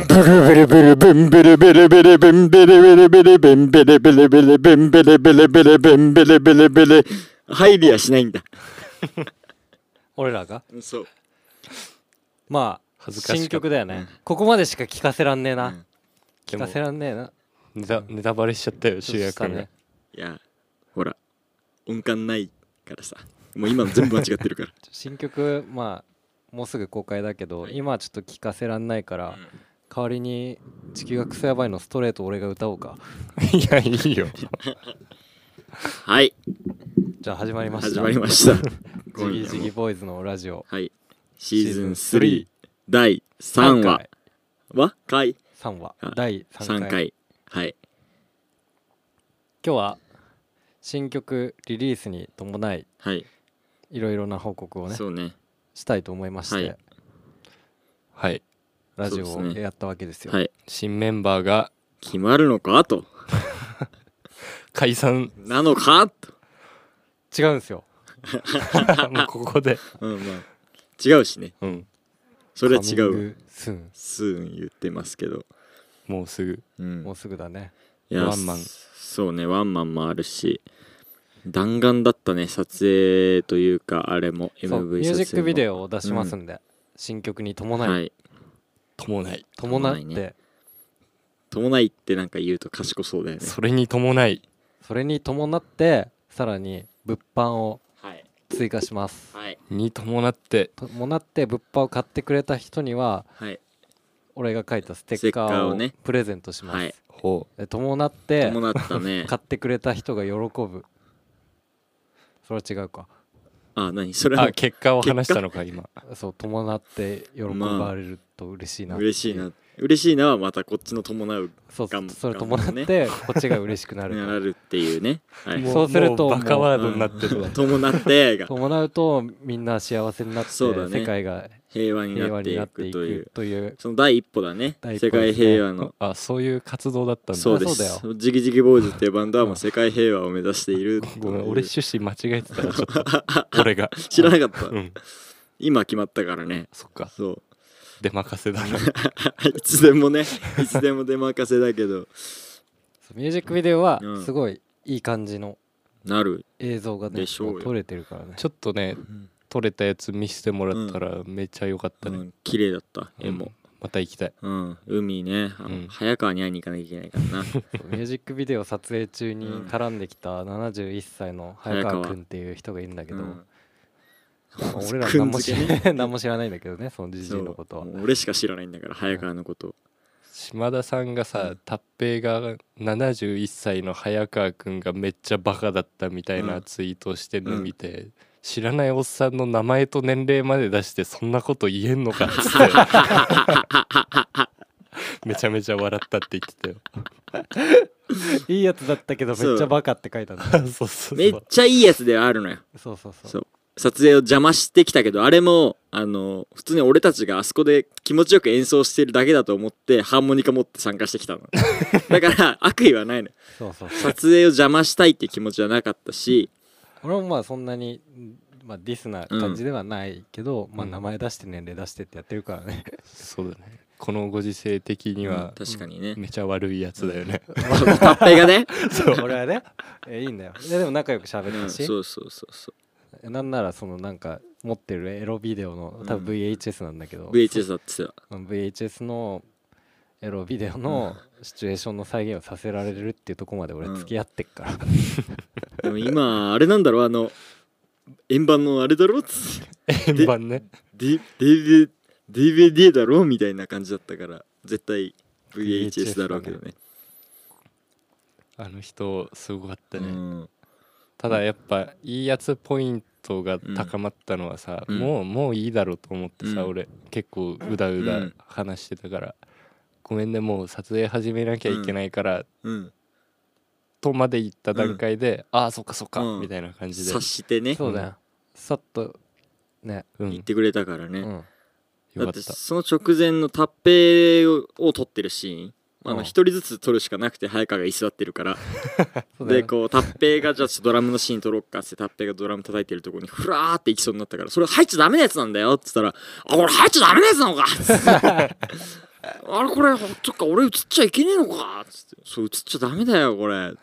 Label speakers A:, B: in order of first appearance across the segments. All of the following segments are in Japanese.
A: ルブルブンブルブルブルブンブルブルブルブンブルブルブルブンブルブルブルブンブルブルブル入りはしないんだ
B: 俺らが
A: そう
B: まあ
C: 恥ずかしかった
B: 新曲だよね、
A: うん
B: ここまでしか聞かせらんねえな、
A: うん
B: 聞かせらんねえな
C: ネタネタバレしちゃったよ主役が、
B: ね
A: いやほら音感ないからさもう今の全部間違ってるから
B: 新曲まあもうすぐ公開だけど
A: はい
B: 今はちょっと聞かせらんないから、
A: ん
B: 代わりに「地球がクソやばい」のストレート俺が歌お うか
C: いやいいよ
A: はい
B: じゃあ始まりまし
A: 始
B: た
A: まりました
B: ジギジ
A: 今夜
B: ギ
A: も
B: ボーイズのラジオ
A: はいシーズン
B: シーズン
A: 3第3話は回
B: 3話
A: あ
B: 第3回
A: 3回はい
B: 今日は新曲リリースに伴い
A: はい
B: いろいろな報告をね
A: そうね
B: したいと思いまして、
A: はい
C: はい
B: ラジオ
A: そう
B: を
A: ですね
B: やったわけですよ
A: はい
C: 新メンバーが
A: 決まるのかと
C: 解 散
A: なのかと
B: 違うんですよ
C: もうここで
A: うんまあ違うしね
C: うん
A: それは違
B: カミン
A: うわ
B: グスーン
A: すーん言ってますけど
C: もうすぐ
A: うん
B: もうすぐだね
A: いや
C: ワンマン
A: そうねワンマンもあるし弾丸だったね撮影というかあれも
B: そう
A: MV
B: ミュージ
A: 撮
B: ックビ
A: 影
B: デ
A: も
B: オを出しますんで、新曲に伴い、
A: はい
C: 伴い
B: 伴っ
A: 伴
B: て
A: いね伴いってなんか言うと賢そうだよね
C: それに伴い
B: それに伴ってさらに物販を
A: はい
B: 追加します
A: はい
C: に伴って
B: 伴って物販を買ってくれた人には
A: はい
B: 俺が書いたステ
A: ステ
B: ッ
A: ッ
B: カ
A: カ
B: ー
A: ー
B: を
A: をね
B: プレゼントします、
A: はい
C: ほ
B: で伴って
A: 伴ったね
B: 買ってくれた人が喜ぶそれは違うか
A: あ何それ
C: う
A: は
C: あ結果を話したのか今
B: そう伴って喜ばれると嬉しいなってう
A: 嬉しいな嬉しいなはまたこっちの伴う
B: そう
A: がん
B: それ
A: がんも
B: 伴っ
A: ね
B: てこっちが嬉しく なる
A: なるっていうねはい
B: もそうすると
C: もうバカワード
A: うん
C: になってるわ
A: 伴ってが
B: 伴うとみんな幸せになって
A: そうだね
B: 世界が
A: 平和に
B: 平
A: な
B: 和
A: って
B: に
A: い
B: なって
A: く
B: い
A: とい
B: く
A: う
B: という
A: その第一歩だね
B: 第一歩
A: 世界平和の
C: あそういう活動だったんだ
A: そうで
B: あそうだ
A: すジギジギボーイズっていうバンドはもう世界平和を目指している
C: ごめん俺趣旨間違えてたらちょっ と俺が
A: 知らなかった
C: うん
A: 今決まったからね
C: そっか
A: そう
C: 出任せだな
A: いつで もねいつでも出任せだけど
B: ミュージックビデオは
A: うん
B: すごいいい感じの
A: なる
B: 映像がね
A: でしょうよ
B: もう撮れてるか らね
C: ちょっとね撮れたやつ見せてもらったらめっちゃ良かった
A: う
C: ね、
A: ん綺麗だった絵
C: う
A: も
C: んまた行きたい
A: うん海ねあ
C: うん
A: の早川に会いに行かなきゃいけないからな
B: そうミュージックビデオ撮影中に
A: うん
B: 絡んできた71歳の早
A: 早
B: 川
A: 川
B: 君っていう人がいるんだけ
A: う
B: ど、ま
A: ん
B: あ俺らは
A: く
B: 何
A: ん
B: も
A: づ
B: 知
A: け
B: ら
A: ね
B: 何も知らないんだけどねそのじじいのことは
A: そうもう俺しか知らないんだから早川のこと
C: 島田さんがさ達平が71歳の早川君がめっちゃバカだったみたいなツイートをしてるの見て、知らないおっさんの名前と年齢まで出してそんなこと言えんのかっ つってめちゃめちゃ笑ったって言って
B: いいやつだったけどめっちゃバカって書いたんだ
C: たよ そうそう
A: めっ
C: そう
A: ちゃいいやつではあるのよ
B: そうそうそう
A: そう撮影を邪魔してきたけどあれもあの普通に俺たちがあそこで気持ちよく演奏してるだけだと思ってハーモニカ持って参加して きたのだから悪意はないの
B: そうそうそう
A: 撮影を邪魔したいって気持ちはなかったし
B: 俺もまあそんなに、まあ、ディスな感じではないけど、まあ
C: うん
B: 名前出して年齢出してってやってるからね、
C: そうだねこのご時世的には
A: 確かに ね
C: めちゃ悪いやつだよね、
A: タッペが ね
B: 俺はねえいい んだよいやでも仲良く喋っ
A: う
B: た
A: ん
B: し、
A: そうそうそうそ
B: なんならそのなんか持ってるエロビデオの多分
A: うん
B: VHS なんだけど、
A: う VHS だってさ
B: うん VHS のエロビデオのシチュエーションの再現をさせられるっていうとこまで俺
A: うん
B: 付き合ってっから、
A: でも今あれなんだろうあの円盤のあれだろっつって
C: 円盤ね
A: D- DVD DVD だろみたいな感じだったから絶対 VHS だろうけどね
C: あの人すごかったね、
A: うん
C: ただやっぱいいやつポイントが高まったのはさ、
A: うん
C: もうもういいだろうと思ってさ、
A: うん
C: 俺結構うだう
A: う
C: だ
A: ん
C: 話してたから、ごめんねもう撮影始めなきゃいけないから、
A: うん
C: とまで行った段階で、ああそっかそっか、
A: うん
C: みたいな感じで
A: 察、してね
B: そうだよ、さっとね、
C: うん、
A: 言ってくれたからね、
B: うん、
A: だ
C: よか
A: っ
C: ってた
A: その直前のタッペイをを撮ってるシーンまああ
B: う
A: の
B: ん
A: 一人ずつ撮るしかなくて早川が居座ってるから
B: そうだ
A: で
B: よ
A: こうタッペイがじゃあちょっとドラムのシーン撮ろっかっつってタッペイがドラム叩いてるとこにフラーって行きそうになったからそれ入っちゃダメなやつなんだよっつったら「あ俺入っちゃダメなやつなのかっつって」あれこれほっとくか俺映っちゃいけねえのか」っつって「そう映っちゃダメだよこれ」って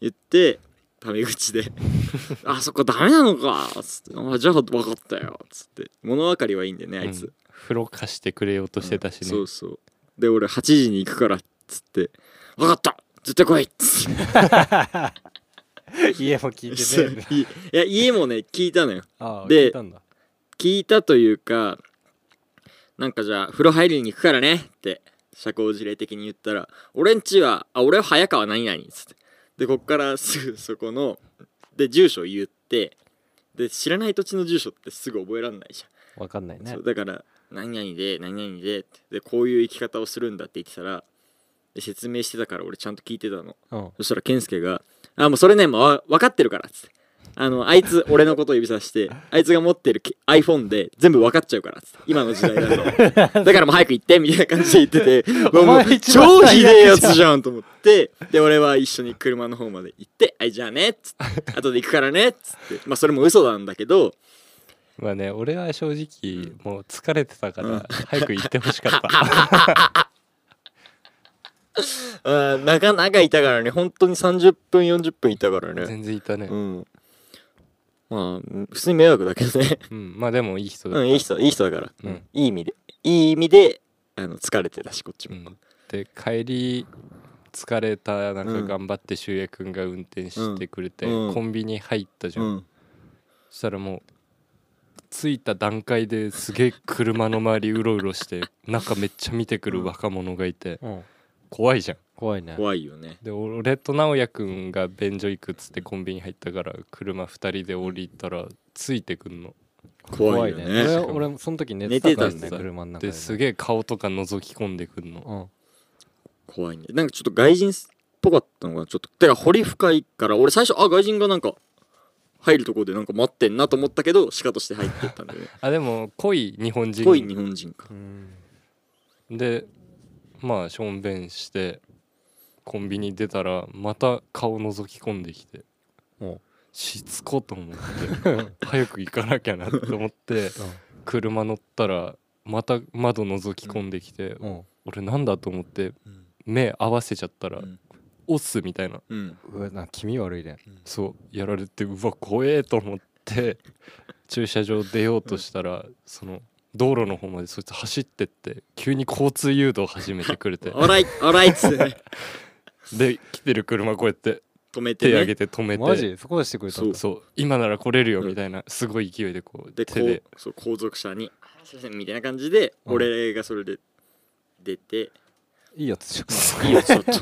A: 言ってタメ口 で「あそこダメなのか」っつって「あじゃあ分かったよ」っつって物分かりはいいんだよねあいつ、
C: うん風呂貸してくれようとしてたしね、
A: そうそうで俺8時に行くからっつって「分かった絶対来い」っつって
B: 家も聞いてね
A: いや家もね聞いたのよ
B: ああ
A: で
B: 聞いたんだ
A: 聞いたというかなんかじゃあ風呂入りに行くからねって社交辞令的に言ったら俺んちはあ俺は早川何々っつってでこっから すぐそこので住所言ってで知らない土地の住所ってすぐ覚えらんないじ
B: わかんない
A: ゃん、
B: ね
A: そうだから何々で何々でってでこういう生き方をするんだって言ってたらで説明してたから俺ちゃんと聞いてたの
B: うん
A: そしたら健介が「あもうそれねもうわ分かってるから」っつってあのあいつ俺のことを指さしてあいつが持ってるき iPhone で全部分かっちゃうからっつって今の時代だ とだからもう早く行ってみたいな感じで言っててもう
B: お
A: も
B: 前
A: う
B: 一番
A: 超ひでえやつじゃんと思ってで俺は一緒に車の方まで行って「はいじゃあね」っつって「後で行くからね」っつってまあそれも嘘なんだけど
C: まあね俺は正直もう疲れてたから、
A: うん
C: 早く行ってほしかった
A: あーなかなかいたからね本当に30分40分いたからね
C: 全然いたね、う
A: うんんまあ普通に迷惑だけど ね
C: まあでもいい人だ
A: う
C: っ
A: ん、いい人、いい人だから。
C: うん
A: いい意味で。いい意味で、あの、疲れてたし、こっち
C: た、う
A: も。
C: ん、で帰り疲れたなん
A: う
C: か
A: ん
C: 頑張って修也くんが運転してくれて、
A: うん
C: コンビニ入ったじゃん、
A: うん。
C: そしたらもう着いた段階ですげえ車の周りうろうろして 中めっちゃ見てくる若者がいて
B: うん
C: 怖いじゃん
B: 怖いね
A: 怖いよね。
C: で俺と直哉くんが便所行くっつってコンビニ入ったから車2人で降りたらついてくんの
A: 怖いよ
B: 俺
A: ね。
B: は俺もその時寝てたから
A: 寝て
B: ね
A: た
B: 車の中でね
C: ですげえ顔とか覗き込んでくんの
B: うん
A: 怖いね。なんかちょっと外人っぽかったのが、ちょっと。てか、掘り深いから、俺最初、あ、外人がなんか、入るとこでなんか待ってんなと思ったけど、鹿として入ってったんだよ ね。
C: あでも濃い日本人
A: 濃い日本人か
B: う。ん
C: でまあしょんべんしてコンビニ出たらまた顔覗き込んできて
B: お
C: しつこと思って 早く行かなきゃなって思って車乗ったらまた窓覗き込んできて、
B: うん
C: 俺なんだと思って
A: うん。
C: 目合わせちゃったら
A: うん
C: 「オス」みたいな
A: うん。
B: うわなんか気味悪いね
C: そうやられてうわ怖えと思って駐車場出ようとしたら、その道路の方までそいつ走ってって急に交通誘導始めてくれて
A: オーライ、オーライっつって ね、
C: で来てる車こうやって
A: 止めて、
C: 手上げ
A: ね。
C: て止めて、
B: マジそこまでしてくれた
A: そ
B: ん
A: う
B: だ
C: そう今なら来れるよ
A: うん
C: みたいなすごい勢いでこう
A: で、こ
C: 手
A: う
C: で、
A: そう、後続車に、あすいません、みたいな感じで、
B: うん
A: 俺がそれで出て、
B: いいやつじゃ
A: いいよ、ちょっと。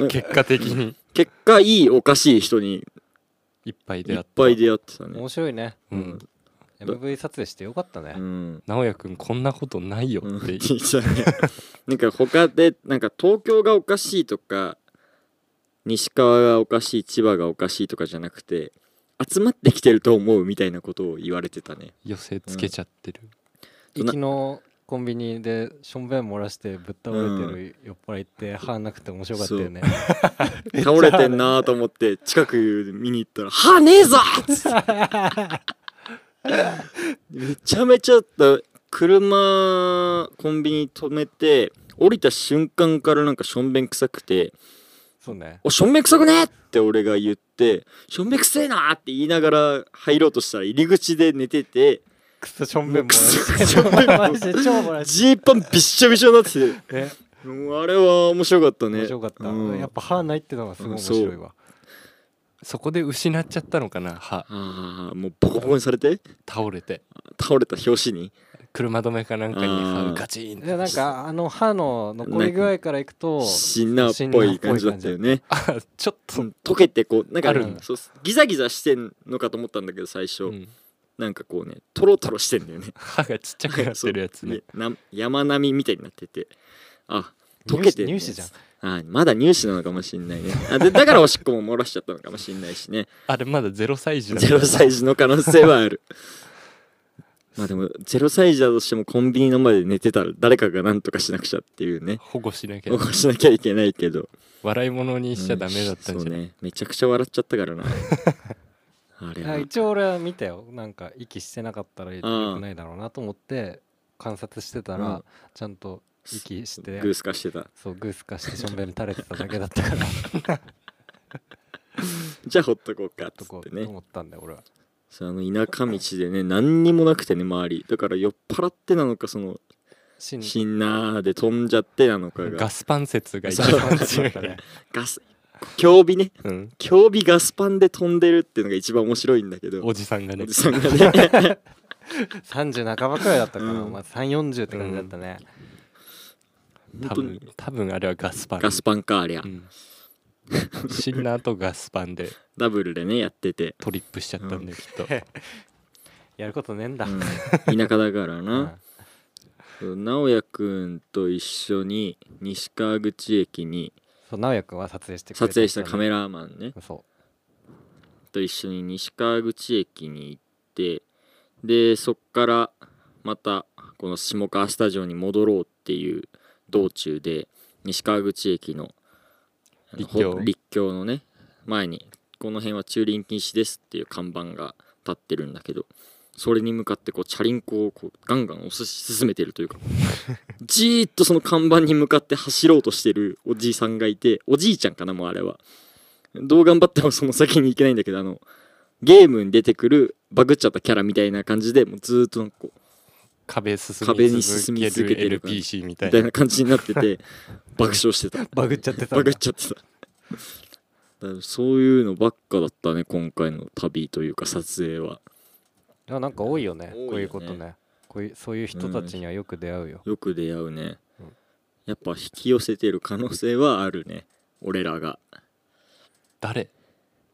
A: うん
C: 結果的に
A: 結果、いい、おかしい人に
C: いっぱい
A: い
C: 出会
A: っ
C: った
A: ぱい出会ってた
B: ん
A: ね
B: 面白いね
C: うん
B: MV 撮影してよかったね
A: うん
C: 直哉くんこんなことないよ
A: うん
C: って
A: なんか他でなんか東京がおかしいとか西川がおかしい千葉がおかしいとかじゃなくて集まってきてると思うみたいなことを言われてたね
C: 寄せつけちゃってる、
A: そん
B: 行
A: な
B: きのコンビニでしょんべん漏らしてぶっ倒れてる酔っ払いって歯なくて面白かったよね
A: 倒れてんなーと思って近く見に行ったら「歯ねえぞ!」っつってめちゃめちゃだ車コンビニ止めて降りた瞬間からなんかしょんべん臭くて
B: そうね
A: おしょんべんくさくねって俺が言ってしょんべんくせえなって言いながら入ろうとしたら入り口で寝てて
B: クソしょんべん漏ら
A: クソ
B: し
A: しょんべ
B: て
A: ん漏ら
B: マ
A: し
B: ジ で超漏らし
A: ジーパンびっしょびしょになってて
B: てね
A: もうあれは面白かったね
B: 面白かった
A: うん
B: やっぱ歯ないってのがすごい面白いわ
C: そこで失っちゃったのかな歯
A: ああもうボコボコにされて
C: 倒れて
A: 倒れた拍子に
C: 車止めかなんかに
A: あ
C: 歯
A: ー
C: ガチーンっ
B: いや
C: て
B: なんかあの歯の残り具合からいくと
A: シンナーっぽい感じだったよね
C: あちょっと、
A: うん溶けてこうなんか
C: あ
B: るんだ
A: そうギザギザしてんのかと思ったんだけど最初、
C: うん
A: なんかこうねトロトロしてんだよね
C: 歯がちっちゃくなってるやつね
A: でな山並みみたいになっててあ
B: 乳
A: 溶けてんね
B: 乳歯じゃん
A: あまだ乳歯なのかもしんないねあでだからおしっこも漏らしちゃったのかもしんないしね
C: あれまだゼロ歳児だ
A: ゼロ歳児の可能性はある まあでもゼロ歳児だとしてもコンビニの前で寝てたら誰かが何とかしなくちゃっていうね
C: 保護しなきゃ
A: 起こしなきゃいけないけど
C: 笑い物にしちゃダメだったんじ
A: うん
C: ゃない、
A: そうねめちゃくちゃ笑っちゃった からなあれ
B: あ
A: は
B: 一応俺は見たよなんか息してなかったら良くないだろうなと思って観察してたら、
A: うん
B: ちゃんと息して
A: グース化してた
B: そうグース化してしょんべん垂れてただけだっ たから
A: じゃあほっとこうかっつ
B: と
A: っ
B: こ
A: て
B: うと
A: ね
B: 思ったんだよ俺は
A: そうあの田舎道でね何にもなくてね周りだから酔っ払ってなのかその
B: 死ん
A: しんなーで飛んじゃってなのかが
C: ガスパン説が一
A: そう
C: 番強
B: だ
C: い
B: ったね
A: ガス競技ね
C: うん、
A: 競技ガスパンで飛んでるっていうのが一番面白いんだけど
C: おじさんがね
A: おじさんが ね
B: 30半ばくらいだったかな、
A: うん
B: まあ、340って感じだったね、
C: 多
A: 本当に
C: 分多分あれはガスパン
A: ガスパンかありゃ、
C: うん、シンナーとガスパンで
A: ダブルでねやってて、
C: トリップしちゃったんできっと、
B: やることねえんだ、
A: うん田舎だから
B: う
A: なんそう直哉くんと一緒に西川口駅に
B: そう直哉君は撮影してくれ
A: 撮
B: て
A: 影したカメラマンね
B: そ
A: と一緒に西川口駅に行ってでそっからまたこの下川スタジオに戻ろうっていう道中で西川口駅のあの
C: 立教
A: ほ立教のね前にこの辺は駐輪禁止ですっていう看板が立ってるんだけどそれに向かってこうチャリンコをこうガンガン押し進めてるというかじーっとその看板に向かって走ろうとしてるおじいさんがいておじいちゃんかなもうあれはどう頑張ってもその先に行けないんだけどあのゲームに出てくるバグっちゃったキャラみたいな感じでもうずーっとなんかこう
C: 壁進
A: 壁に
C: み
A: 進
C: 進
A: み
C: み
A: 続
C: 続
A: け
C: け
A: て
C: て
A: る
C: る
A: 感じ
C: LPC みた
A: み
C: い
A: た
C: ない
A: な感じになって て爆笑してた
B: うバグっちゃってたんだ
A: バグっちゃってただからそういうのばっかだったね今回の旅というか撮影は
B: でもなんか多いよね
A: 多いよね
B: こういうことねこういうそういう人たちにはよく出会うよ、
A: よく出会うね
B: うん
A: やっぱ引き寄せてる可能性はあるね俺らが
C: 誰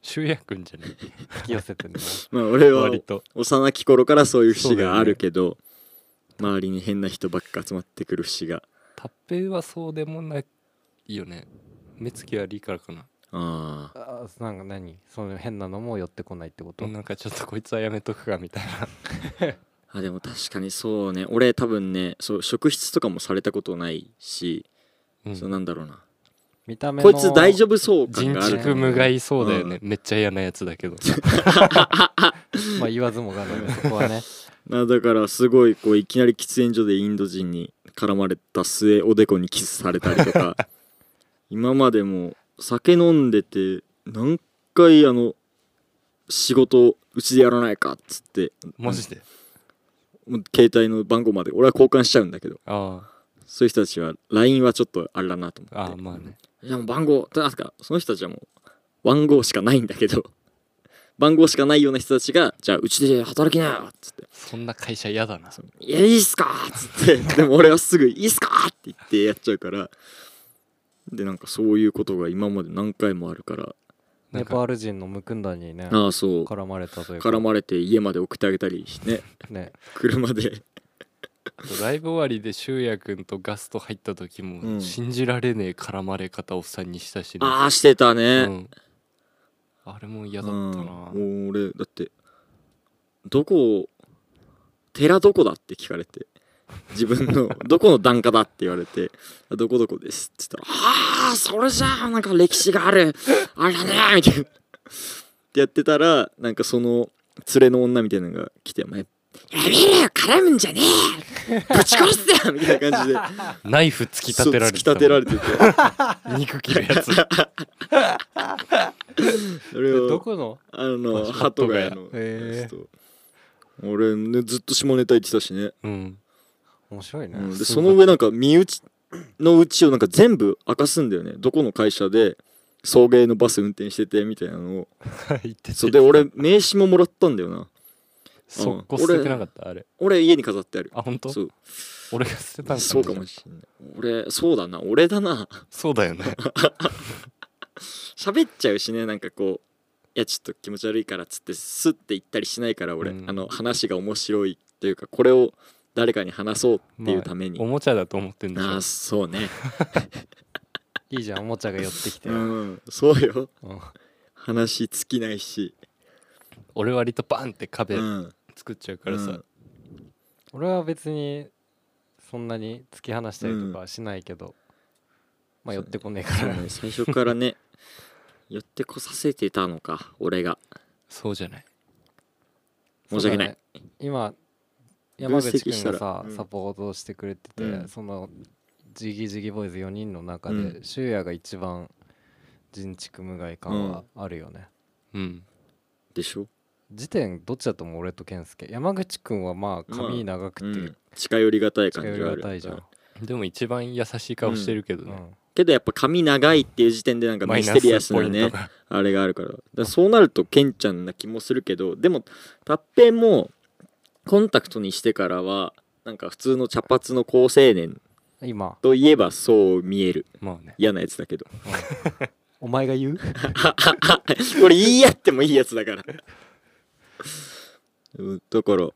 C: 修也くんじゃない
B: 引き寄せてるね
A: まあ俺は
C: 割と
A: 幼き頃からそういう節
C: そうだよ
A: が
C: ね
A: あるけど、周りに変な人ばっか集まってくる節が
C: タッペイはそうでもないよね目つき悪いからかな
A: ああ
B: あーなんか何その変なのも寄ってこないってこと、
C: なんかちょっとこいつはやめとくかみたいな
A: あでも確かにそうね俺多分ねそう職質とかもされたことないし、
C: うん
A: そうなんだろうな
B: 見た目
A: こ
B: の
A: いつ大丈夫そう感
C: 人
A: がある
C: 畜無害そうだよね、
A: う
C: めっちゃ嫌なやつだけど
B: まあ言わずもがなで そこはね
A: あだからすごいこういきなり喫煙所でインド人に絡まれた末おでこにキスされたりとか今までも酒飲んでて何回あの仕事うちでやらないかっつって
C: マジで
A: もう携帯の番号まで俺は交換しちゃうんだけど
C: あ
A: そういう人たちは LINE はちょっとあれだなと
C: あ
A: 思
C: ああ
A: って
C: まあね
A: いやもう番号となんかその人たちはもう番号しかないんだけど 番号しかないような人たちがじゃあうちで働きなよっつって
C: そんな会社嫌だ
A: 「
C: な
A: いやいいっすか!」っつって でも俺はすぐ「いいっすか!」って言ってやっちゃうからでなんかそういうことが今まで何回もあるから
C: なん
B: ネ
C: か
B: パール人のムクンダにね
A: ああそう
B: 絡まれたというか
A: 絡まれて家まで送ってあげたり ね
B: ね
A: 車で
C: あとライブ終わりで修也くんとガスト入った時も、
A: うん
C: 信じられねえ絡まれ方おっさんにしたしね
A: ああしてたね、
C: うん、あれも嫌だった
A: う
C: な、
A: んもう俺だってどこ寺どこだって聞かれて自分 のどこの檀家だって言われて「どこどこです」っつったら「ああそれじゃあなんか歴史があるあれだね」みたいなってやってたらなんかその連れの女みたいなのが来て「お前やめろよ絡むんじゃねえよぶち殺すぞ!」みたいな 感じで
C: ナイフ突き立てられ
A: そう突き
C: て
A: 立てられ てて
C: 肉切る やつ
A: それを
B: どこの
A: あの
C: ハ
A: 鳩
C: ト
A: ヶ
C: ガヤ
A: 谷の
B: へ
A: やつと俺ねずっと下ネタ言ってたしね
C: うん
B: 面白いね、
A: うん、ですそ
C: ごい
A: の上なんか身内のうちをなんか全部明かすんだよねどこの会社で送迎のバス運転しててみたいなのを
C: 言って て
A: そうで俺名刺ももらったんだよな
C: 速攻捨ててなかったあれ
A: 俺家に飾ってある
C: あ本当
A: そう
C: 俺が捨てたんだ
A: そうかもしんない俺そうだな俺だな
C: そうだよね
A: 喋っちゃうしねなんかこういやちょっと気持ち悪いからっつってスッて行ったりしないから俺、
C: うん
A: あの話が面白いというかこれを誰かに話そうっていうために、
C: おもちゃだと思ってんでし
A: あ
C: ょ
A: あそうね
B: いいじゃんおもちゃが寄ってきて、
A: う
B: うん
A: ん そうよ話尽きないし、
C: 俺割とバンって壁
A: うん、
C: 作っちゃうからさ、
A: うん
B: 俺は別にそんなに突き放したりとかはしないけど、まあ寄ってこねえか
A: そう
B: ら
A: ね最初からね寄ってこさせてたのか俺が
C: そうじゃない
A: 申し訳ない、
B: そうだね今山
A: 分
B: 口
A: 析した
B: 君が
A: ら
B: さ
A: うん
B: サポートしてくれてて、
A: うん
B: そのジギジギボーイズ4人の中で、
A: う
B: シュウヤが一番人畜無害感はあるよね、
C: うん
A: でしょ
B: 時点どっちだと思う俺と健介山口くんはまあ
A: まあ
B: 髪長
A: う
B: くて
A: ん近寄りがたい感
B: 近寄
A: じ
B: り
A: があ
B: が
A: る
B: たいじゃん、
C: でも一番優しい顔してるけど
B: う
C: ね、
B: ん、
A: けどやっぱ髪長いっていう時点でなんか
C: マ
A: ミ
C: イ
A: ス
C: ナ
A: テ
C: ス
A: リアス
C: ポ
A: な
C: イン
A: ね
C: トが、
A: あれがあるからだからそうなるとケンちゃんな気もするけどでもタッペイもコンタクトにしてからはなんか普通の茶髪の好青年
B: 今
A: といえばそう見える
C: まあね
A: 嫌なやつだけど
B: お前が言う
A: これ言い合ってもいいやつだからうんだから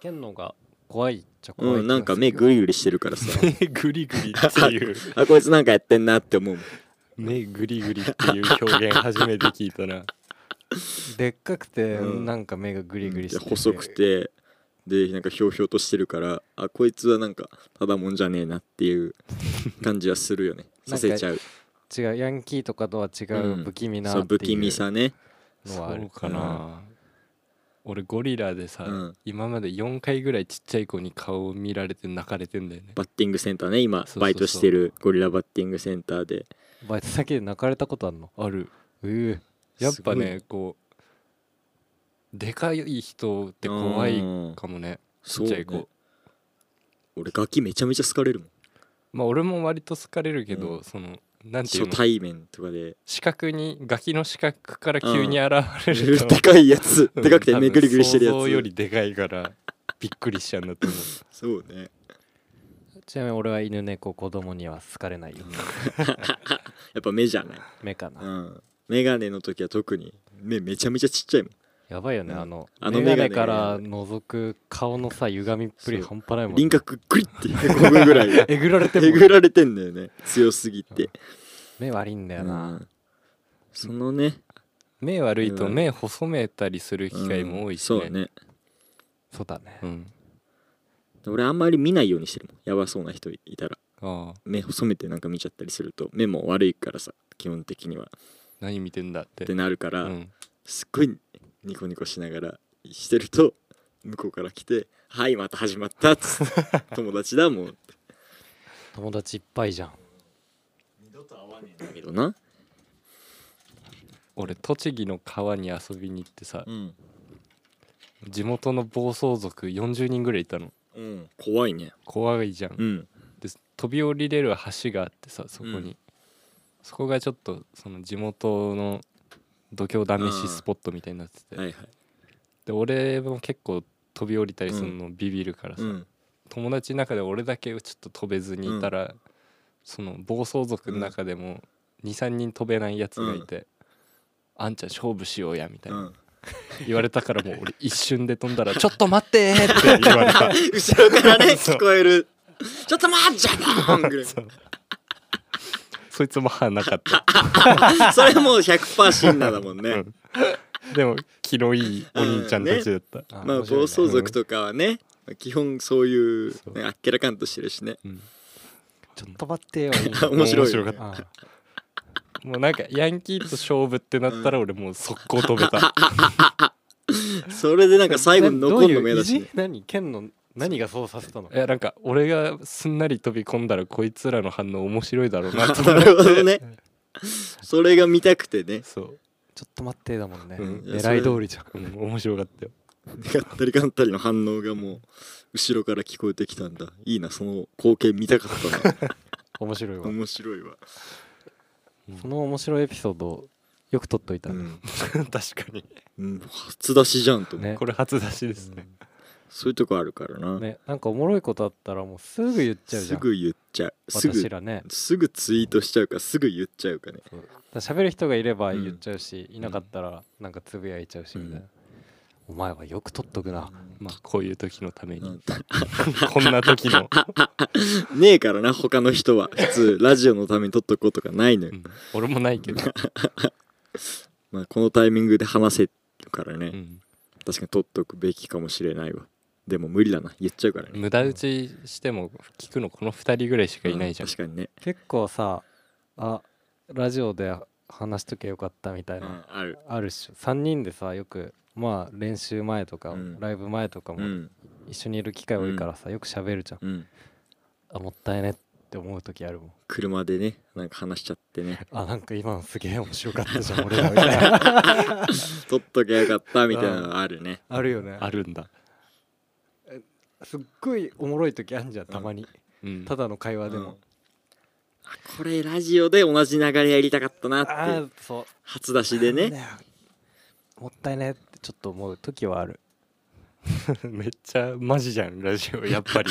B: ケンのが怖いっちゃ怖い
A: うんなんか目
B: グ
A: グリグリしてるから さ
C: グリグリっていう
A: あこいつなんかやってんなって思うもん
C: 目グリグリっていう表現初めて聞いたな
B: でっかくて、
A: うん
B: なんか目がグリグリしてて
A: 細くてでなんかひょうひょうとしてるからあこいつはなんかただもんじゃねえなっていう感じはするよね
B: な
A: さ
B: んか
A: せちゃう
B: 違うヤンキーとかとは違
A: うん
B: う不気味な
A: そう
B: って
A: 不気
B: い
A: 味
B: う
A: さね
B: のはある
C: そうかな、俺ゴリラでさ、
A: うん
C: 今まで4回ぐらいちっちゃい子に顔を見られて泣かれてんだよね
A: バッティングセンターね今
C: そうそうそう
A: バイトしてるゴリラバッティングセンターで
B: バイト先で泣かれたことあるの
C: ある
B: ええ
C: やっぱ
A: す
C: ねこうでかい人って怖い
A: うん
C: かもねち
A: そ
C: っ
A: う
C: ちゃ
A: ね
C: い子、
A: 俺ガキめちゃめちゃ好かれるもん
C: まあ俺も割と好かれるけど、
A: うん
C: そのなんていう
A: 初
C: の
A: 対面とかで
C: 視覚にガキの視覚から急に現 れると、
A: でかいやつ
C: うん
A: でかくてめぐりぐりしてるや
C: 多分想像よ
A: つ
C: りでかいからびっくりしちゃうんだと思う
A: そうね
B: ちなみに俺は犬猫子供には好かれない よ
A: やっぱ目じゃない
B: 目かな、
A: うん眼鏡の時は特に目めちゃめちゃちっちゃいもん
B: やばいよね、
A: うん
B: あの
A: あの
B: 眼
A: メガ
B: 鏡
A: ネ
B: から覗く顔のさ歪みっぷり
A: そう
B: 半端ないもん
A: 輪郭グリッて5分ぐら い
B: えぐられて
A: え
B: も
A: ぐられてんだよね強すぎて、
B: 目悪いんだよな、
A: うんそのね
C: 目悪いと
A: うん
C: 目細めたりする機会も多いしね,、
A: うんそうね
B: そうだね、
C: うん
A: 俺あんまり見ないようにしてるもんやばそうな人いたら
C: ああ
A: 目細めてなんか見ちゃったりすると目も悪いからさ基本的には
C: 何見てんだって
A: ってなるか
C: う
A: ら、
C: ん、
A: すっごいニコニコしながらしてると向こうから来て「はいまた始まった」っつって 友達だもん
B: 友達いっぱいじゃん
A: 二度と会わねえんだけどな、
C: 俺栃木の川に遊びに行ってさ
A: うん
C: 地元の暴走族40人ぐらいいたの
A: うん、怖いね
C: 怖いじゃん、
A: うん
C: で飛び降りれる橋があってさそこに、
A: うん
C: そこがちょっとその地元の度胸試しスポットみたいになってて、
A: はいはい
C: で俺も結構飛び降りたりするのビビるからさ、
A: うん
C: 友達の中で俺だけちょっと飛べずにいたら、その暴走族の中でも23人飛べないやつがいて、あんちゃん勝負しようやみたいうな、
A: ん、
C: 言われたからもう俺一瞬で飛んだら「ちょっと待って!」って言われ た
A: 後ろからね
C: そう
A: 聞こえるちょっと待っジャパーンぐらい
C: そうそいつも歯なかった
A: それもう100%シンナーだもんね、
C: うんでも気のいいお兄ちゃんたちだった、
B: あ
A: まあ
B: 面白い
A: 暴
B: ね
A: 走族とかはね、基本そういう
C: そう
A: ねあっけらかんとしてるしね
C: うん
B: ちょっと待ってよ
A: 面白いよね
C: 面白かった
B: ああ
C: もうなんかヤンキーと勝負ってなったら俺もう速攻飛べ た
A: それでなんか最後に残るの目だし、
B: どういう意
A: ね
B: 地、何剣の何がそうさせたの
C: いやなんか俺がすんなり飛び込んだらこいつらの反応面白いだ ろうな と思
A: な
C: って
A: るほどねそれが見たくてね
C: そう、
B: ちょっと待ってだもんね、
C: うん
B: 狙い通りじゃん
C: うん、面白かったよ
A: がったりがったりの反応がもう後ろから聞こえてきたんだいいなその光景見たかった な
B: 面白いわ
A: 面白いわ、
B: その面白いエピソードよく撮っといた
A: う
B: ね、
A: ん
C: 確かに
A: うん初出しじゃんと思う、
B: ね
C: これ初出しですね、
A: そういうとこあるからな、
B: ねなんかおもろいことあったらもうすぐ言っちゃうじ
A: す
B: ゃん
A: ぐ言っちゃうすぐ
B: 私らね
A: すぐツイートしちゃうかすぐ言っちゃうかね
B: だから喋る人がいれば
A: うん
B: 言っちゃうし、いなかったらなんかつぶやいちゃうしみたいな、お前はよく取っとくな、
C: まあこういう時のため
A: う
C: に
A: ん
C: こんな時 の、
A: ねえからな他の人は普通 ラジオのために撮っとこうとかないのよ
C: う、ん俺もないけど、
A: まあ、このタイミングで話せるからね、
C: うん
A: 確かに撮っとくべきかもしれないわでも無理だな言っちゃうからね
C: 無駄打ちしても聞くのこの2人ぐらいしかいないじゃ
A: う
C: ん
A: ん、確かにね、
B: 結構さあラジオで話しときゃよかったみたいな、
A: うんある
B: あるっしょ3人でさよくまあ練習前とか、
A: うん
B: ライブ前とか
A: う
B: も
A: ん
B: 一緒にいる機会多いからさ、よく喋るじゃん
A: うん
B: あもったいねって思う時あるもん
A: 車でねなんか話しちゃってね
B: あなんか今のすげえ面白かったじゃん俺らみたいな
A: 撮っときゃよかったみたいなのあるね
B: あるよね
C: あるんだ、
B: すっごいおもろい時あるじゃんたまに、
C: うん、
B: ただの会話で
A: う
B: も
A: ん、あこれラジオで同じ流れやりたかったな
B: あ
A: って
B: あそう
A: 初出しで
B: なん
A: ね
B: だよもったいねってちょっと思う時はある
C: めっちゃマジじゃんラジオやっぱ り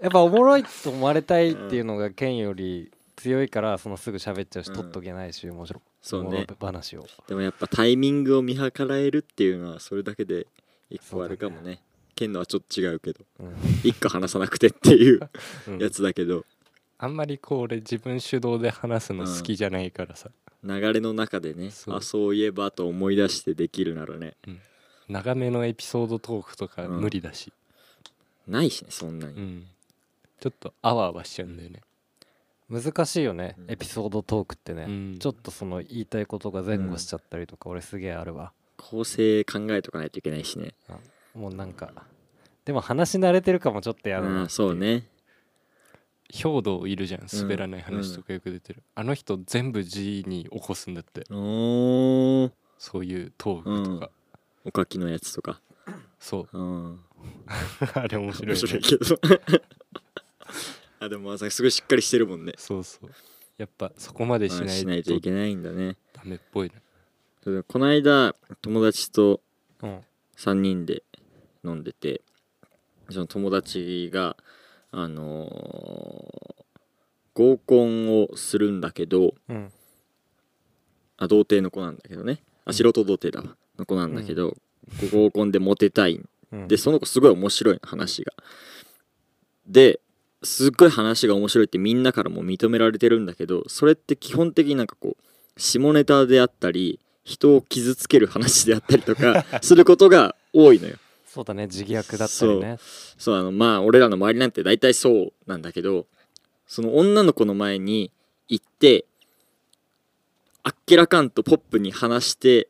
B: やっぱおもろいと思われたいっていうのが剣より強いからそのすぐ喋っちゃうし、
A: うん
B: 取っとけないしもちろん
A: そうね
B: おもろ話を
A: でもやっぱタイミングを見計らえるっていうのはそれだけで一個あるかもね剣のはちょっと違うけど
B: うん
A: 一個話さなくてっていう
C: うん
A: やつだけど
C: あんまりこう俺自分主導で話すの好きじゃないからさ、
A: 流れの中でね
C: そう
A: あそういえばと思い出してできるならね
C: 長めのエピソードトークとか無理だし、
A: ないしねそんな
C: う
A: に
C: ん、ちょっとあわあわしちゃうんだよね、
B: 難しいよね、
A: うん
B: エピソードトークってね、
C: うん
B: ちょっとその言いたいことが前後しちゃったりとか、俺すげえあるわ
A: 構成考えとかないといけないしね
B: もうなんかでも話慣れてるかもちょっとやる
A: うんそうね
C: 兵道いるじゃん滑らない話とかよく出てる、あの人全部 G に起こすんだって
A: おー
C: そういうトークとか、
A: おかきのやつとか
C: そ う
A: うん
C: あれ面白
A: 面
C: い,、
A: 白いけど あでもまさすごいしっかりしてるもんね
C: そうそうやっぱそこまでし
A: まあし
C: な
A: ないいと
C: と
A: いけないんだね
C: ダメっぽいね
A: それでこの間友達と
B: うん
A: 3人で飲んでてその友達があのー合コンをするんだけど
B: うん
A: あ童貞の子なんだけどねあ素人童貞だわの子なんだけど、合コンでモテたいん
B: うん
A: でその子すごい面白いの話がですっごい話が面白いってみんなからも認められてるんだけどそれって基本的になんかこう下ネタであったり人を傷つける話であったりと かすることが多いのよ
B: そうだね自虐だったりね
A: そうあのまあ俺らの周りなんて大体そうなんだけどその女の子の前に行ってあっけらかんとポップに話して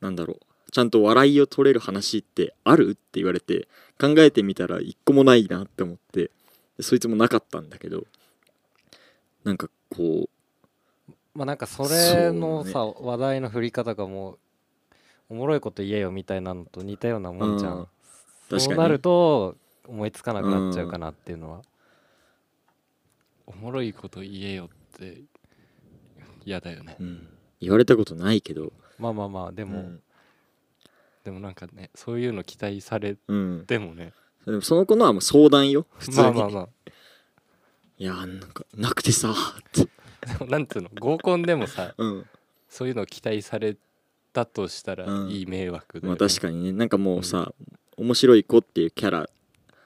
A: なんだろうちゃんと笑いを取れる話ってあるって言われて考えてみたら一個もないなって思ってでそいつもなかったんだけどなんかこう
B: まあなんかそれのさ、
A: そ
B: 話題の振り方がもうおもろいこと言えよみたいなのと似たようなもんじゃん、
A: うん確かに
B: そうなると思いつかなくなっちゃうかなっていうのは、
C: おもろいこと言えよって嫌だよね
A: うん言われたことないけど
B: まあまあまあでも、
A: うん
C: でもなんかねそういうの期待され
A: うん、
C: てもね
A: でもその子のはもう相談よ普通に、
C: まあまあま
A: いやなんかなくてさって
C: あでもなんつうの合コンでもさ
A: うん
C: そういうの期待されたとしたら
A: うん
C: いい迷惑だ
A: ま
C: よ
A: あ
C: ね
A: 確かにねなんかもうさ、面白い子っていうキャラ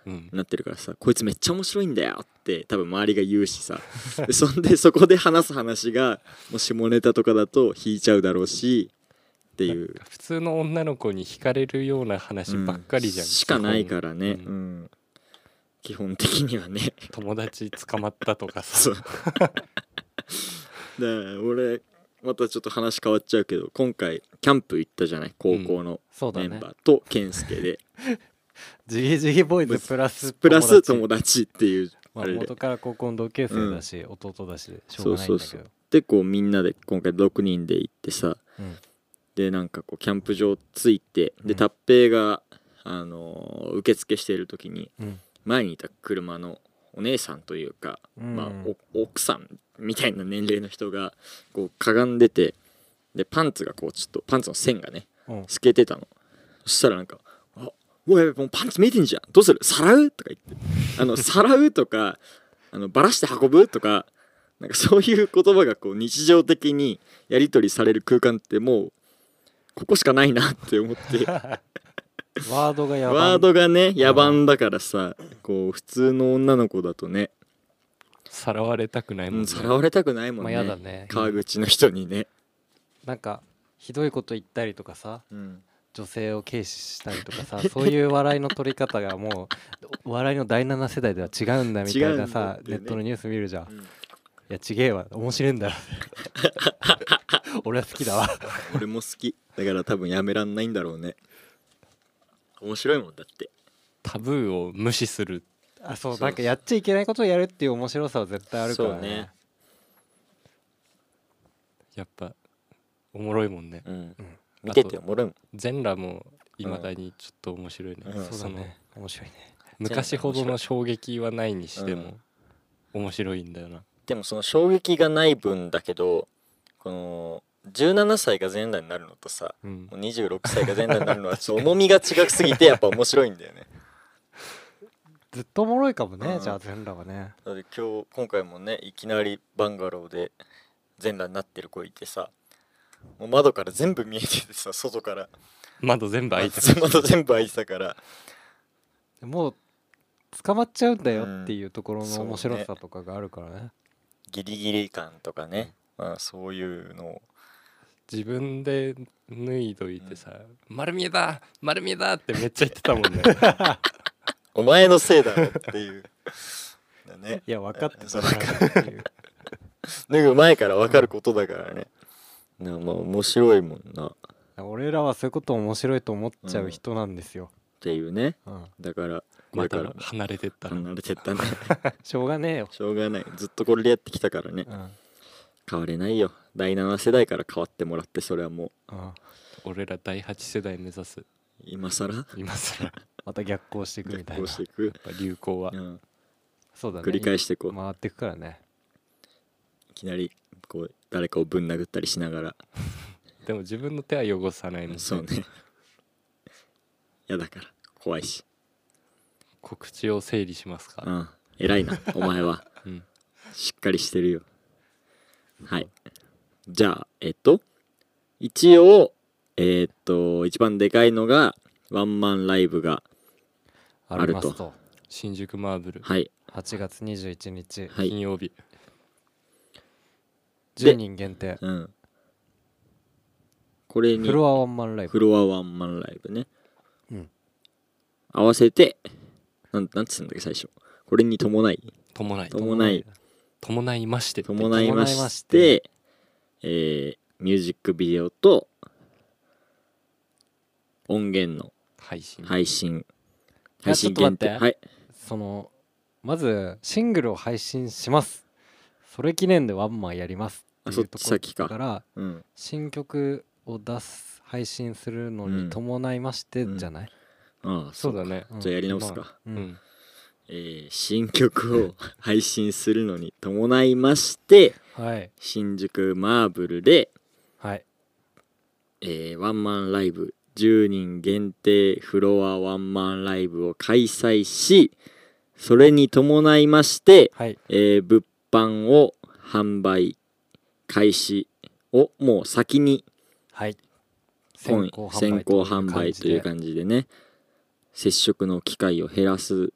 C: うん
A: になってるからさこいつめっちゃ面白いんだよって多分周りが言うし さでそんでそこで話す話がもう下ネタとかだと引いちゃうだろうしっていう
C: 普通の女の子に惹かれるような話ばっかりじゃん、
A: うしかないかららね、
C: う
A: うんん基本的に はね
C: 友達捕まったとか
A: そ
C: さ
A: う だから俺またちょっと話変わっちゃうけど今回キャンプ行ったじゃない高校の
B: そうだ
A: メ
B: ね
A: ンバーと健介で、
B: ジギジギボーイズプラス
A: プラス友
B: 友達
A: 達っていう
B: ま
A: あ
B: あ、
A: れで
B: 元から高校の同級生だし、弟だししょうがないんだけど
A: そうそうそうでこうみんなで今回6人で行ってさ
B: うん
A: でなんかこうキャンプ場着いて
B: う
A: で
B: ん
A: 達平が、あのー受付してる時に
B: うん
A: 前にいた車のお姉さんというか、
B: うん
A: まあ、お奥さんみたいな年齢の人がこうかがんでてでパンツがこうちょっとパンツの線がね
B: うん
A: 透けてたのそしたらなんか「あおいもうパンツ見えてんじゃんどうするさらう?」とか言って「 あのさらう?」とかあの「ばらして運ぶ?」とかなんかそういう言葉がこう日常的にやり取りされる空間ってもうここしかないなって思って
B: ワードがやばい
A: ワードがね野蛮だからさこう普通の女の子だとね
C: さらわれたくないもん
A: うん
C: ね
A: さらわれたくないもん
B: まあ
A: ね,、
B: やだね
A: 川口の人にね、
B: なんかひどいこと言ったりとかさ
A: うん、
B: 女性を軽視したりとかさそういう笑いの取り方がもうお笑いの第7世代では違うんだみたいなさ、
A: 違うんだって
B: ネ
A: ね
B: ットのニュース見るじゃん、
A: ん
B: いやちげえわ面白いんだよ 俺は好きだわ
A: 俺も好きだから多分やめらんないんだろうね面白いもんだって
C: タブーを無視する
B: あそう
A: そう
B: なんかやっちゃいけないことをやるっていう面白さは絶対あるか
A: そ
B: ら
A: う
B: ね
A: ね
C: やっぱおもろいもんね
A: うん
B: うん
A: 見てておもろいもん
C: 全裸もいまだにちょっと面白いね、
A: うん
B: そうだ
C: の
B: ね面白いね
C: 昔ほどの衝撃はないにしても面白いんだよな、
A: でもその衝撃がない分だけどこの17歳が全裸になるのとさ
C: うん
A: も、う26歳が全裸になるのはち ょっと重みが違くすぎてやっぱ面白いんだよね。
B: ずっとおもろいかもね、
A: うん
B: じゃあ全裸はね
A: だって今日今回もねいきなりバンガローで全裸になってる子いてさもう窓から全部見えててさ外から
C: 窓全部開いてる
A: 窓全部開いてたから
B: もう捕まっちゃうんだよっていうところの面白さとかがあるからね,、
A: ギリギリ感とかね、まあ、そういうのを
C: 自分で脱いどいてさ「丸見えだ丸見えだ!」ってめっちゃ言ってたもん ね
A: お前のせいだろっていう だね
B: いや分かって
A: そう
B: たからっていう
A: 脱ぐ前から分かることだからね、なまあ面白いもんなっ
B: 俺らはそういうこと面白いと思っちゃう人なんですよ、
A: ていうね
B: うん
A: だからこ
C: ま
A: れか
C: た
A: らも
C: 離れてったら
A: 離れてったね
B: しょうがねえよ、
A: しょうがないずっとこれでやってきたからね
B: うんうん
A: 変われないよ第7世代から変わってもらってそれはもう
C: 俺ら第8世代目指す
A: 今更
C: 今 更やっ
B: また逆行していくみ
A: 逆
B: たい
A: 行
B: な
A: していく、
C: ぱ流行は
A: うん、
B: そうだね
A: 繰り返していこう、
B: 回っていくからね
A: いきなりこう誰かをぶん殴ったりしながら、
C: でも自分の手は汚さないもん
A: そうね 嫌だから怖いし、
C: 告知を整理します
A: う
C: か、
A: ん、偉いなお前は
C: うん
A: しっかりしてるよはいじゃあえっと一応えっと一番でかいのがワンマンライブが
B: あ
A: る
B: り
A: と
B: ますと
C: 新宿マーブル、
A: はい
B: 8月21日
A: はい
C: 金曜日
A: で
B: 10人限定
A: うんこれに
B: フロアワンマンライブ
A: フロアワンマンライブね、
B: うん
A: 合わせてなんなんつうんだっけ最初これに伴い
C: 伴い
A: 伴い
C: 伴いましてって
A: 伴いま
B: 伴いま
A: し
B: してて、
A: えーミュージックビデオと音源の
C: 配信、
A: 配信
B: いや
A: 配信限定
B: ちょっと
A: は
B: 待
A: い
B: そのまずシングルを配信しますそれ記念でワンマンやります
A: あ
B: っていうと
A: そっち先
B: こ
A: か
B: ろから
A: うん
B: 新曲を出す配信するのに伴いましてじゃない、
A: ああそ
C: そ
A: う
C: うだね
B: うん
A: じゃあやり直すか、
B: う
C: うん、
B: ん
A: えー新曲を 配信するのに伴いまして
B: はい
A: 新宿マーブルで、
B: はい
A: えーワンマンライブ10人限定フロアワンマンライブを開催しそれに伴いまして
B: はい
A: えー物販を販売開始をもう先に
B: はい
A: 今先行販売という
B: 感
A: 感じでね接触の機会を減らす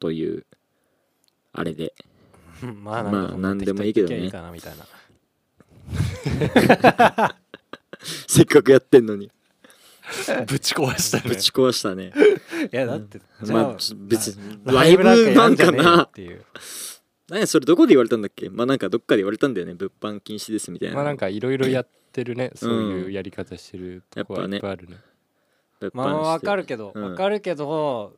A: というあれで
B: じまあ
A: まあなんでもいいけどね
B: 適当に行けばいいかなみたいな
A: せっかくやってんのに
C: ぶち壊したね
A: ぶち壊したね
B: いやだって、じゃあ
A: まあちょ別に
B: な
A: ライブ
B: や
A: なん
B: じゃ
A: か
B: ねえよ
A: な
B: っていう
A: 何それどこで言われたんだっけまあなんかどっかで言われたんだよね物販禁止ですみたいな,、
C: まあなんかいろいろやってるね、そういうやり方してるとこ
A: やっ
C: は
A: ぱね
C: いっぱいあるね
A: 物販
B: まあわかる
A: ど
B: けど
A: うん
B: わかるけど、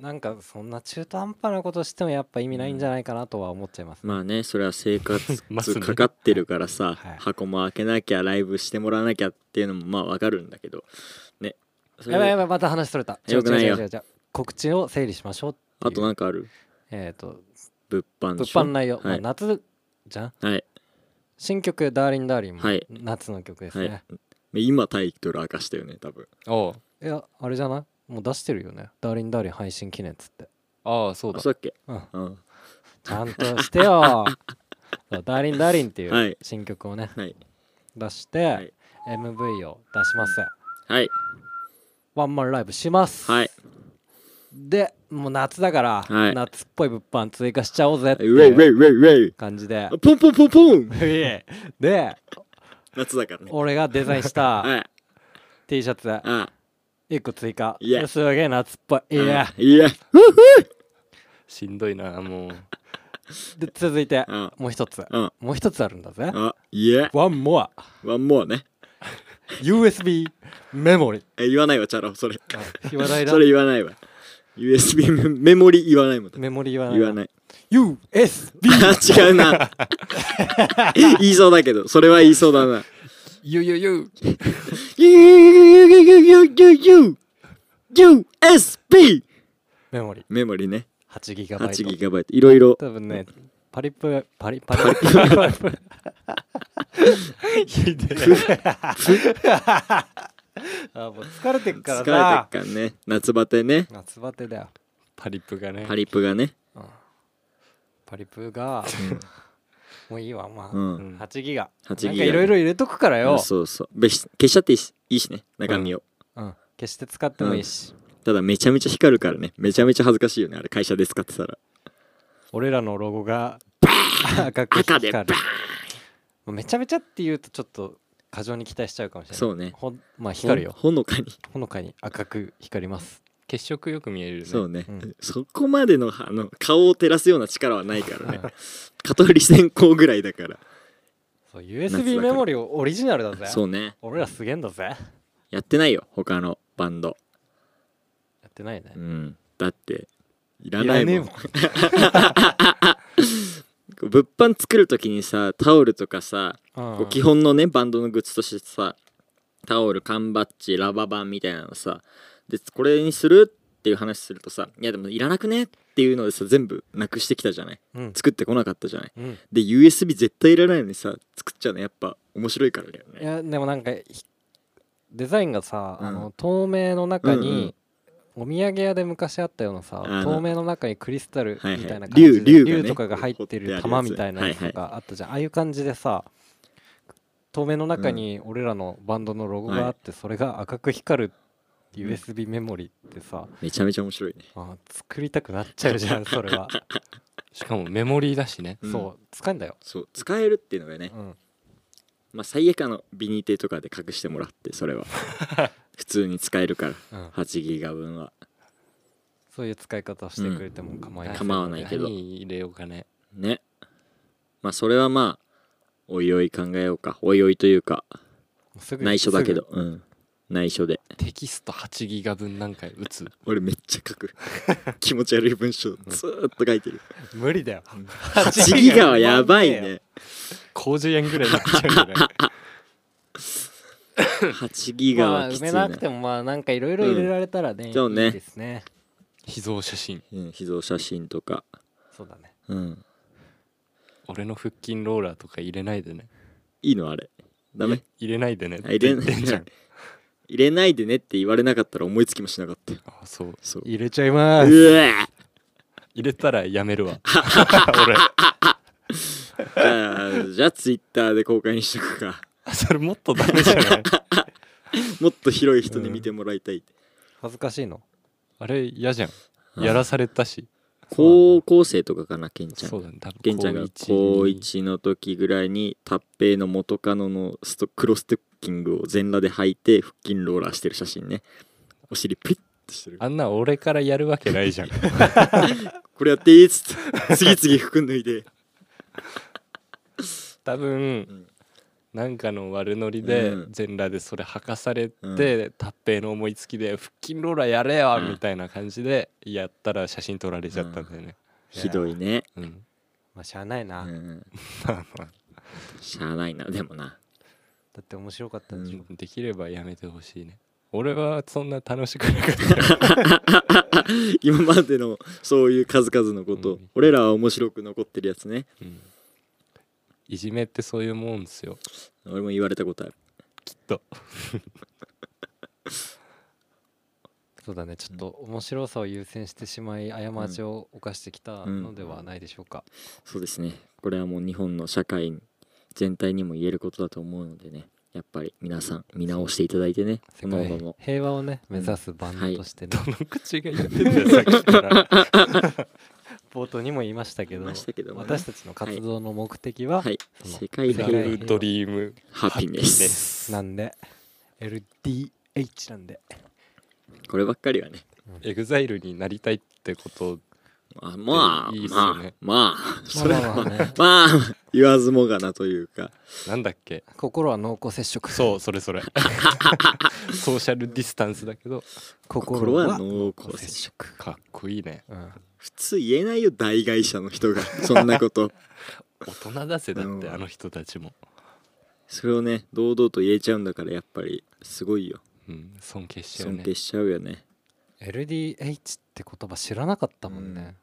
B: なんかそんな中途半端なことしてもやっぱ意味ないんじゃないかなとは思っちゃいます、
A: まあねそれは生活
C: ますね
A: かかってるからさ、
B: はい
A: 箱も開けなきゃライブしてもらわなきゃっていうのもまあわかるんだけどねそれ
B: やばいやばいまた話それた
A: よくないよ
B: 違う違う違う違う告知を整理しましょうっていう
A: あとなんかある
B: えっ、と
A: 物販で
B: 物
A: しょ
B: 販内容、ま
A: は
B: あ
A: い、
B: 夏じゃん
A: はい
B: 新曲「ダーリンダーリン」も
A: はい
B: 夏の曲ですね、
A: はい今タイトル明かしたよね多分
C: おう
B: いやあれじゃないもう出してるよね「ダーリンダーリン配信記念」っつって
C: ああそうだ
A: あそうだっけ、
B: うん
A: うん、
B: ちゃんとして よそうダーリンダーリンってい
A: はいう
B: 新曲をね、
A: はい
B: 出して、
A: はい
B: MV を出します、
A: はい
B: ワンマンライブします、
A: はい
B: でもう夏だから、
A: はい
B: 夏っぽい物販追加しちゃおうぜって
A: ウェイ
B: い
A: ウェイ
B: う
A: ウェイウェイ
B: 感じで
A: ポンポンポンポン
B: で
A: 夏だからね
B: 俺がデザインし た
A: はい
B: T シャツ
A: あ
B: 1個追加
A: いや
B: すげえ夏っぽいいや
A: あいや
C: しんどいなもう
B: で続いて
A: あ
B: もう一つ
A: あ
B: もう一つあるんだぜ
A: あいや
B: ワンモア
A: ワンモアね
B: USB メモリ
A: え言わないわチャラ男それ
B: 言わないだ
A: それ言わないわ USB メメモリ言わないもん
B: メモリ言わない
A: 言わない
B: USB
A: あ違うな言いそうだけどそれは言いそうだな
C: ゆゆゆ
A: USB
B: メモリ
A: メモリね
B: 8GB
A: 8GB いろいろ
B: 多分ねパリプパリパリパリパリパリひでえあもう疲れてっか
A: 疲れ
B: らさ
A: てっからね夏バテね
B: 夏バテだよ
C: パリップがね
A: パリプがね
B: パリプがもういいわまあ、
A: うん
C: うん
B: 8ギガ
A: 8ギガ
B: なんかいろいろ入れとくからよ、
A: そうそうべし消しちゃっていいしいいしね中身を
B: うん、決して使ってもいいし、
A: ただめちゃめちゃ光るからねめちゃめちゃ恥ずかしいよねあれ会社で使ってたら
B: 俺らのロゴが赤く
A: 赤
B: 光
A: で
B: る
A: バーン
B: もうめちゃめちゃって言うとちょっと過剰に期待しちゃうかもしれない
A: そうね
B: ほんまあ光るよ
A: ほほのかに
B: ほのかに赤く光ります
C: 血色よく見えるね
A: そうね、
B: うん
A: そこまでのあの顔を照らすような力はないからね蚊取り線香ぐらいだから
B: そう
A: 夏だから
B: USB メモリをオリジナルだぜ
A: そうね
B: 俺らすげえんだぜや
A: やってないよ他のバンド
B: ってないね
A: うんだっていらないもん
B: いらね
A: 物販作る時にさタオルとかさこう基本のねバンドのグッズとしてさタオル缶バッジラババンみたいなのさでこれにするっていう話するとさいやでもいらなくねっていうのでさ全部なくしてきたじゃない
B: うん
A: 作ってこなかったじゃない
B: うん
A: で USB 絶対いらないのにさ作っちゃうのやっぱ面白いからだよ
B: い
A: ね
B: やでもなんかひデザインがさ、
A: うん
B: あの透明の中に、
A: うんうん
B: お土産屋で昔あったようなさ
A: あの
B: 透明の中にクリスタルみたいな感じ
A: はい
B: で、
A: はい竜竜がね
B: とかが入って
A: 彫っ
B: る
A: てあ
B: 玉
A: るやつ
B: みたいなやつとかあったじゃん、ああいう感じでさ透明の中に俺らのバンドのロゴがあって、それが赤く光る USB メモリってさ、
A: めちゃめちゃ面白いね
B: あ作りたくなっちゃうじゃんそれは、
C: しかもメモリーだしね
A: うん
B: そう使うんだよ、
A: そう使えるっていうのがね、
B: うん、
A: まあ、最悪あのビニテとかで隠してもらってそれ は普通に使えるから
B: うん
A: 8ギガ分は
B: そういう使い方をしてくれても構いません
A: 構わないけど
C: 何入れようかね
A: ねまあそれはまあおいおい考えようかおいおいというか
B: すぐ
A: 内緒だけどうん内緒で
C: テキスト8ギガ分なんか打つ
A: 俺めっちゃ書く 気持ち悪い文章ずーっと書いてる
B: すぐ無理だよ
A: 8ギガはやばいね
C: 工事円ぐらいになっちゃうよね
A: 8ギガ
B: まあ
A: はき
B: 埋
A: つい
B: め
A: な
B: なくてもまあなんかいろいろ入れられたらね、
A: そうね
B: いいですね
C: 秘蔵写真
A: うん秘蔵写真とか
B: そうだね
A: うん
C: 俺の腹筋ローラーとか入れないでね
A: いいのあれダメ
C: 入れないでねっ
A: あ
C: て
A: 入れ
C: 言っ
A: な
C: てんじゃ
A: い
C: ん
A: 入れないでねって言われなかったら思いつきもしなかったよ
C: あそう
A: そう
B: 入れちゃいま
A: うわ
C: 入れたらやめるわ
A: じゃあじゃあツイッターで公開にしとくか
C: それもっとダメじゃ ない
A: もっと広い人に見てもらいたい、
B: 恥ずかしいの
C: あれ嫌じゃんやらされたし
A: 高校生とかかなケンちゃん
C: そうだね多分
A: ケンちゃんが高1の時ぐらいにタッペイの元カノのスト黒ステッキングを全裸で履いて腹筋ローラーしてる写真ねお尻ピッてしてる
C: あんな俺からやるわけないじゃん
A: これやっていいっつ って次々服脱いで
C: 多分なんかの悪ノリで
A: うん
C: 全裸でそれ吐かされ
A: うん
C: て達平の思いつきで腹筋ローラーやれよ
A: うん
C: みたいな感じでやったら写真撮られちゃったんだよね
A: ひどいね、
C: うん
B: まあしゃあないな、
A: う
B: だ
A: ん、
C: まあまあ
A: しゃあないなでもな
B: って面白かったでしょ、
C: できればやめてほしいね俺はそんな楽しくなかった よ
A: 今までのそういう数々のこと、
C: うん
A: 俺らは面白く残ってるやつね
C: うんいじめってそういうもんですよ
A: 俺も言われたことある
C: きっと
B: そうだねちょっと面白さを優先してしまい過ちを犯してきたのではないでしょうか、
A: そうですねこれはもう日本の社会全体にも言えることだと思うのでねやっぱり皆さん見直していただいてね各
B: 世界
A: 々の
B: 平和をね
A: ん
B: 目指すバンドとしてね、
C: どの口が言ってんだよさっきから
B: 冒頭にも言いましたけど
A: 言いましたけどもね
B: 私たちの活動の目的は、
A: はい
B: その
A: 世界平
C: ラ
B: 世
A: 和
B: 界
C: ブドリーム
A: ハピネ
C: ハピネ
A: ス
C: ス
B: なんで LDH なんで
A: こればっかりはね
C: エグザイルになりたいってこと
A: あまあ
C: いいっすよ
A: まあ
C: ね
A: まあそれ
B: まあま
A: は
B: あまあね
A: まあ言わずもがなというか
C: なんだっけ
B: 心は濃厚接触
C: そうそ れそれソーシャルディスタンスだけど
B: 心
A: 心は
B: は
A: 濃
B: 濃
A: 厚
B: 厚
A: 接
B: 接
A: 触
B: 触
C: かっこいいね
B: うん
A: 普通言えないよ大会社の人がそんなこと
C: 大人だぜだって
A: うん
C: あの人たちも、
A: それをね堂々と言えちゃうんだからやっぱりすごいよ
C: うん、尊敬しちゃう
A: 尊
C: ね
A: 敬しちゃうよね
B: LDH って言葉知らなかったもんね、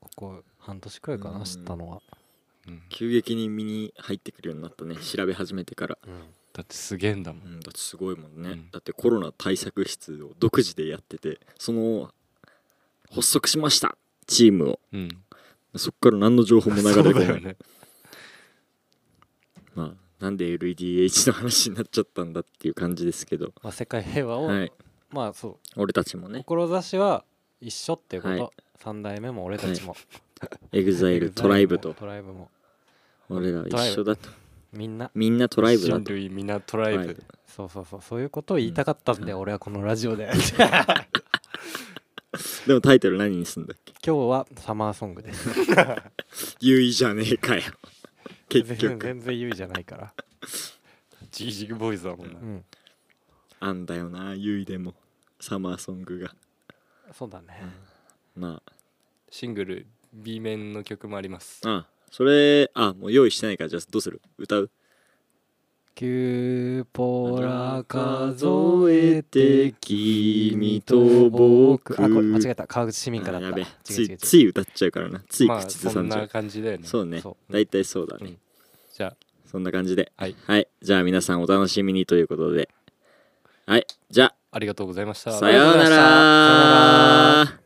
B: ここ半年くらいかな、
A: うん
B: 知ったのは、
C: うん
A: 急激に身に入ってくるようになったね調べ始めてから、
C: だってすげえんだも
A: うんん、だってすごいもんね、
C: うん
A: だってコロナ対策室を独自でやっててその発足しましたチームを
C: うん
A: そっから何の情報も流れ
C: そ
A: て
C: う
A: こ
C: だ
A: な
C: よ
A: い、
C: ね
A: まあなんで LDH の話になっちゃったんだっていう感じですけど
B: まあ、世界平和を、
A: はい
B: まあそう
A: 俺たちもね
B: 志は一緒っていうこと、
A: はい
B: 3代目も俺たちも、
A: EXILE トライブと
B: トライブも
A: 俺らは一緒だと
B: みんな
A: みんなトライブだ
C: 人
A: と
C: 類みんなトライブ、
A: はい
B: そうそうそうそういうことを言いたかったんで、俺はこのラジ オで
A: でもタイトル何にすんだっけ
B: 今日はサマーソングです
A: 優位じゃねえか よ結
B: 全然
A: 局
B: 全然優位じゃないから、
C: ジージグボーイズだもんな、
B: うん、
A: あんだよな優位でもサマーソングが
B: そうだね、
A: まあ
C: シングル B 面の曲もあります
A: あそれあもう用意してないからじゃあどうする歌う
B: 9ポラ数えて
A: 君
B: あこれ間違えた川口市民歌だ
A: あ
B: った
A: やべ
B: 違
A: え
B: う
A: つ
B: 違う違
A: いうつい歌っちゃうからなつい
C: まあ
A: 口ず
C: そ
A: さ
C: ん
A: んじゃ
C: な
A: う、
C: 感じだよね
A: そうね
B: そ
A: 大体そうだね、
C: うんじゃ
A: そんな感じで
C: あはい
A: はいじゃあ皆さんお楽しみにということではいじゃ
C: ありがとうございました
A: あさようなら